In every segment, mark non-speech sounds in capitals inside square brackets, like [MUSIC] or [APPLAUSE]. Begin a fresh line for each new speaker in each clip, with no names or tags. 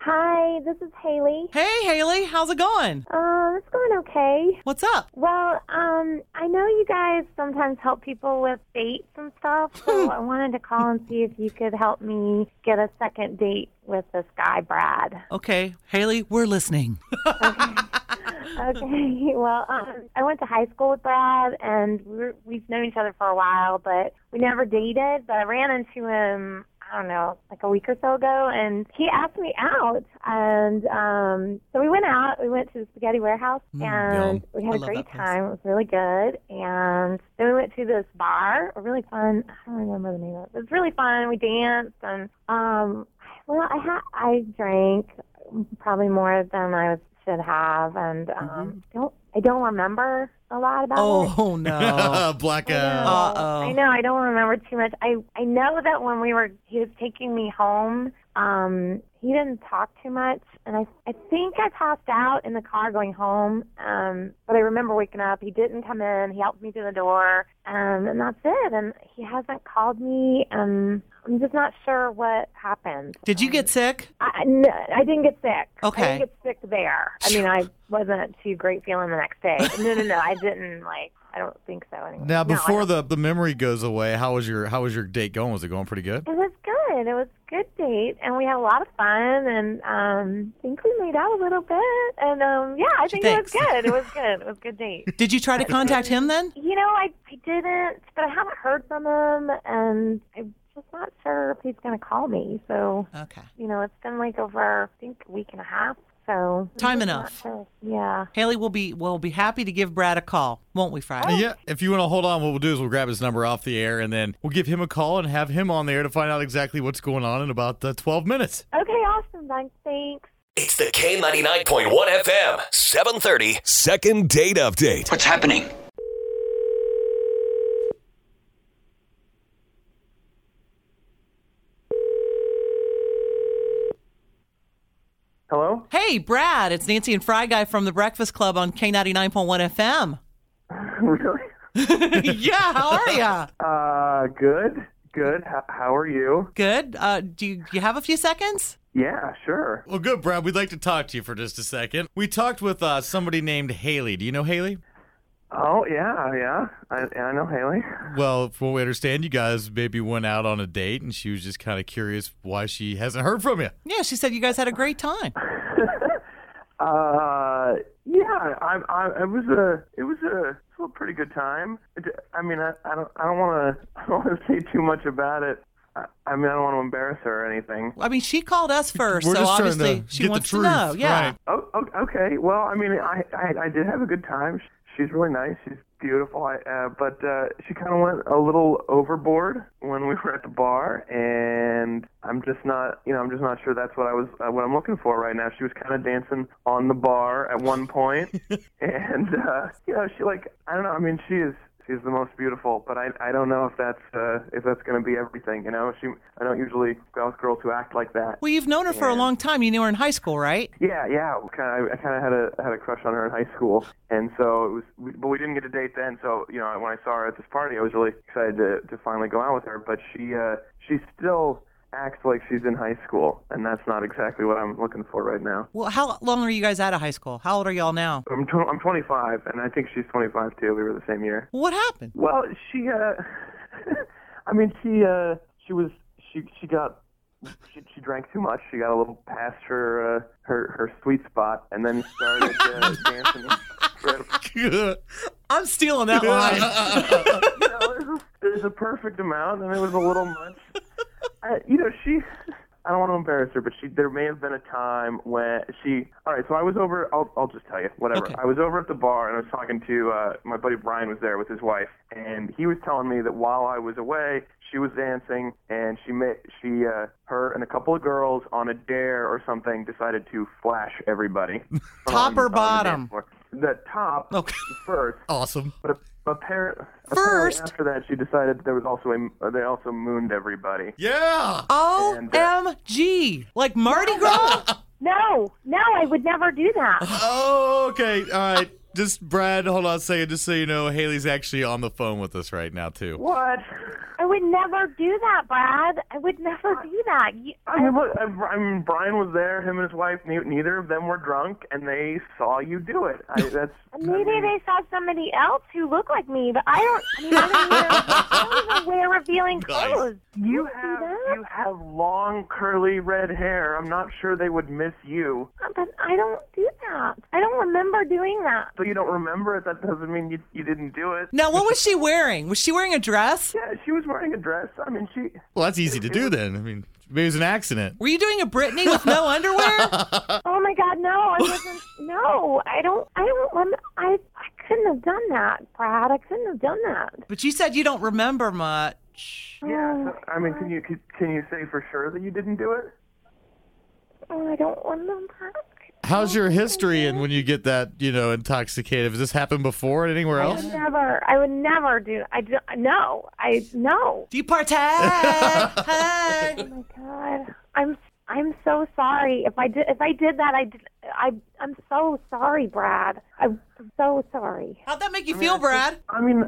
Hi, this is Haley.
Hey, Haley, how's it going?
Um, it's going okay.
What's up?
Well, um, I know you guys sometimes help people with dates and stuff,
[LAUGHS]
so I wanted to call and see if you could help me get a second date with this guy, Brad.
Okay, Haley, we're listening.
Okay, [LAUGHS] well, um, I went to high school with Brad, and we were, we've known each other for a while, but we never dated. But I ran into him, I don't know, like a week or so ago, and he asked me out, and um, so we went out. We went to the Spaghetti Warehouse, and we
Mm, I
had a
love that
great
place.
time. It was really good, and then we went to this bar, a really fun. I don't remember the name of it. It was really fun. We danced, and um, well, I ha- I drank probably more than I was should have, and um, don't I don't remember a lot about it.
oh,
[LAUGHS]
no.
Blackout.
Uh-oh.
I know I don't remember too much. I I know that when we were he was taking me home, um, he didn't talk too much, and I I think I passed out in the car going home. Um, but I remember waking up. He didn't come in. He helped me to the door, um, and that's it. And he hasn't called me. Um, I'm just not sure what happened.
Did you get sick?
I, no, I didn't get sick.
Okay.
I didn't get sick there. I mean, I wasn't too great feeling the next day. No, no, no. I didn't like. I don't think so anymore.
Now, before the, the memory goes away, how was your how was your date going? Was it going pretty good?
It was good. It was a good date, and we had a lot of fun. And um, I think we made out a little bit. And um, yeah, I think
Thanks.
it was good. It was good. It was a good
[LAUGHS]
date.
Did you try to contact him then?
you know, I I didn't, but I haven't heard from him, and I'm just not sure if he's going to call me. So
Okay.
you know, it's been like over I think a week and a half. So I'm
Time
just not
enough.
sure. Yeah.
Haley will be will be happy to give Brad a call, won't we, Friday?
Yeah. If you want to hold on, what we'll do is we'll grab his number off the air and then we'll give him a call and have him on the air to find out exactly what's going on in about uh, 12 minutes.
Okay, awesome. Thanks. Thanks.
It's the K99.1 FM, 730.
Second date update.
What's happening?
Oh.
Hello?
Hey, Brad, it's Nancy and Fry Guy from the Breakfast Club on K99.1
[LAUGHS]
FM.
[LAUGHS] really?
yeah, how are ya?
Uh, good. Good. H- how are you?
Good. Uh, do you, you have a few seconds?
Yeah, sure.
Well, good, Brad. We'd like to talk to you for just a second. We talked with uh, somebody named Haley. Do you know Haley?
Oh, yeah, yeah. I, I know Haley.
Well, from what we understand, you guys maybe went out on a date and she was just kind of curious why she hasn't heard from you.
Yeah, she said you guys had a great time.
Uh, yeah. I, I, it was a, it was a, it was a pretty good time. It, I mean, I, I don't, I don't want to, [LAUGHS] I don't want to say too much about it. I, I mean, I don't want to embarrass her or anything.
I mean, she called us 1st
We're
so
just trying
obviously
to
she
get
wants
the truth.
to know. Yeah.
Right.
Oh, o- okay. Well, I mean, I, I, I did have a good time. She's really nice. She's beautiful. I, uh, but uh, she kind of went a little overboard when we [LAUGHS] were at the bar, and I'm just not, you know, I'm just not sure that's what I was, uh, what I'm looking for right now. She was kind of dancing on the bar at one point, and uh, you know, she like, I don't know. I mean, she is. She's the most beautiful, but I I don't know if that's uh, if that's going to be everything. You know, she I don't usually go out with girls who act like that.
Well, you've known her for a long time. You knew her in high school, right?
Yeah, yeah. Kind of, I kind of had a had a crush on her in high school, and so it was. We, but we didn't get a date then. So you know, when I saw her at this party, I was really excited to to finally go out with her. But she uh, she still acts like she's in high school, and that's not exactly what I'm looking for right now.
Well, how long are you guys out of high school? How old are y'all now?
I'm tw- I'm 25, and I think she's 25 too. We were the same year.
What happened?
Well, she uh, [LAUGHS] I mean, she uh, she was she she got. She, she drank too much. She got a little past her uh, her her sweet spot, and then started uh, dancing.
[LAUGHS]
I'm stealing that line.
you know, it was, a, it was a perfect amount, and it was a little much. I, you know, she. I don't want to embarrass her, but she. There may have been a time when she. All right, so I was over. I'll, I'll just tell you, whatever.
Okay.
I was over at the bar, and I was talking to uh, my buddy Brian was there with his wife, and he was telling me that while I was away, she was dancing, and she met she uh, her and a couple of girls on a dare or something decided to flash everybody.
[LAUGHS] Top
on-
or
on the dance
bottom?
floor. The top
Okay.
first,
Awesome.
but Appar-
First-
apparently after that, she decided that there was also a uh, they also mooned everybody.
Yeah.
And, uh,
OMG. Like Mardi Gras?
No, no, I would never do that.
Oh, okay. All right. Just Brad, hold on a second. Just so you know, Haley's actually on the phone with us right now too.
What?
I would never do that, Brad. I would never do that. You,
I mean, look, I, I mean, Brian was there. Him and his wife. Ne- neither of them were drunk, and they saw you do it. I, that's
Maybe they saw somebody else who looked like me, but I don't. I mean, I don't even, I don't even wear revealing clothes.
you
see
have
that?
you have long curly red hair. I'm not sure they would miss you.
Uh, But I don't do that. I don't remember doing that.
So you don't remember it. That doesn't mean you you didn't do it.
Now, what was she wearing? Was she wearing a dress?
Yeah, she was wearing a dress. I mean, she
Well, that's easy to do then. I mean, maybe it was an accident.
Were you doing a Britney with no underwear?
Oh my God, no! I wasn't. no, I don't. I don't. Rem- I I couldn't have done that, Brad. I couldn't have done that.
But you said you don't remember much.
Yeah, so, I mean, can you can, can you say for sure that you didn't do it?
Oh, I don't remember.
How's your history and when you get that, you know, intoxicated? Has this happened before anywhere
I
else?
would never. I would never do. I do, no. I no.
Do you partake? Hey.
Oh my God, I'm. I'm so sorry. If I did, if I did that, I, did, I, I'm so sorry, Brad. I'm so sorry.
How'd that make you feel, Brad? [GASPS]
I mean,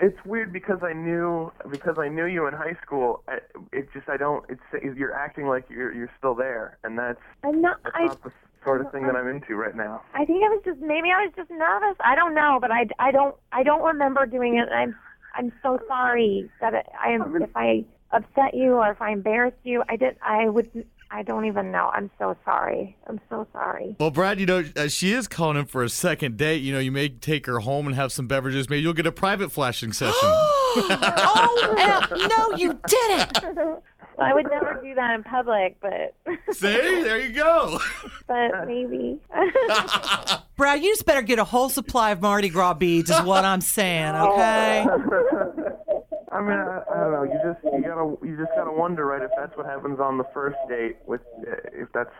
it's weird because I knew because I knew you in high school. I, it just I don't. It's you're acting like you're you're still there, and that's
I'm not. I,
not the sort of thing that I'm into right now.
I think I was just maybe I was just nervous. I don't know, but I, I don't I don't remember doing it. I'm I'm so sorry that it, I am if I upset you or if I embarrassed you. I did I would I don't even know. I'm so sorry. I'm so sorry.
Well, Brad, you know, uh, she is calling in for a second date. You know, you may take her home and have some beverages. Maybe you'll get a private flashing [GASPS] session.
Oh, eh, no, you didn't.
[LAUGHS] I would never do that in public, but [LAUGHS]
See? There you go.
but maybe. [LAUGHS]
Brad, you just better get a whole supply of Mardi Gras beads, is what I'm saying, okay?
I mean, I, I don't know. You just you gotta you just gotta wonder, right? If that's what happens on the first date, with if that's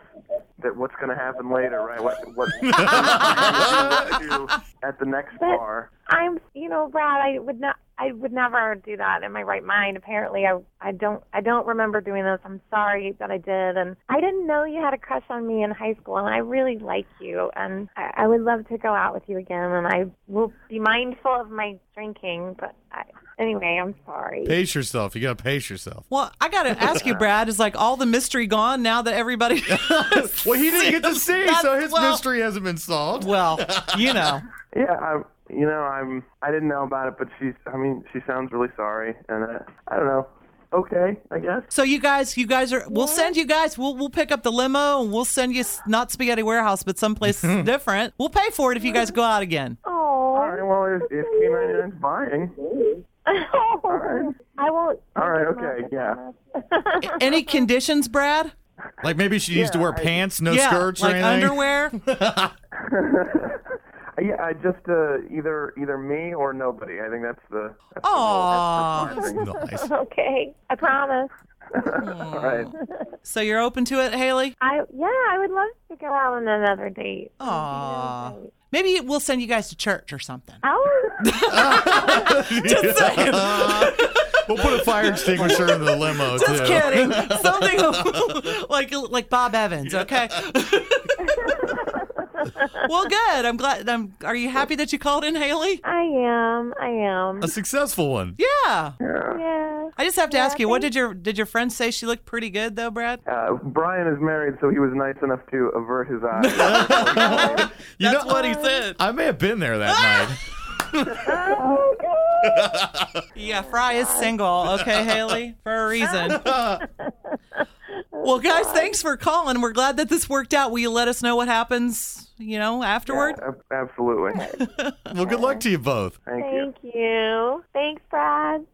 that what's gonna happen later, right? What what do at the next bar?
I'm you know, Brad, I would not I would never do that in my right mind. Apparently I I don't I don't remember doing this. I'm sorry that I did and I didn't know you had a crush on me in high school and I really like you and I, I would love to go out with you again and I will be mindful of my drinking, but I, anyway, I'm sorry.
Pace yourself. You got to pace yourself.
Well, I got to ask you, Brad, is like all the mystery gone now that everybody. [LAUGHS]
Well, he didn't [LAUGHS] get to see,
That's-
so his
well-
mystery hasn't been solved.
well, you know.
Yeah, I, you know, I'm. I didn't know about it, but she's. I mean, she sounds really sorry, and uh, I don't know. Okay, I guess.
So you guys, you guys are. We'll send you guys. We'll we'll pick up the limo and we'll send you s- not Spaghetti Warehouse, but
[LAUGHS]
someplace different. We'll pay for it if you guys go out again.
All
Oh,
right. Well, if, if K99 is buying,
[LAUGHS] I won't
all right. Okay. Yeah.
[LAUGHS]
Any conditions, Brad?
Like maybe she needs to wear pants, no
yeah,
skirts
like
or anything. [LAUGHS]
underwear.
Yeah. I just uh, either either me or nobody. I think that's the. That's
Aw. [LAUGHS]
Nice.
Okay. I promise.
all right.
So you're open to it, Haley?
I yeah, I would love to go out on another date.
Aw. Maybe we'll send you guys to church or something.
Oh,
[LAUGHS] We'll put a fire extinguisher in the limo too.
Just kidding.
[LAUGHS]
Something [LAUGHS] like like Bob Evans. Okay. well, good. I'm glad. I'm, are you happy that you called in, Haley?
I am. I am.
A successful one.
Yeah.
Yeah.
I just have to ask you, what did your did your friend say? She looked pretty good though, Brad.
Uh, Brian is married, so he was nice enough to avert his eyes.
You
That's
know-
what Ah! he said.
I may have been there that night.
Yeah, Fry is single. Okay, Haley, for a
Oh,
reason.
[LAUGHS] Uh,
well, guys, thanks for calling. We're glad that this worked out. Will you let us know what happens? You know, afterward.
Ab- Absolutely.
Well, good luck to you both.
Thank you.
Thank you. Thanks, Brad.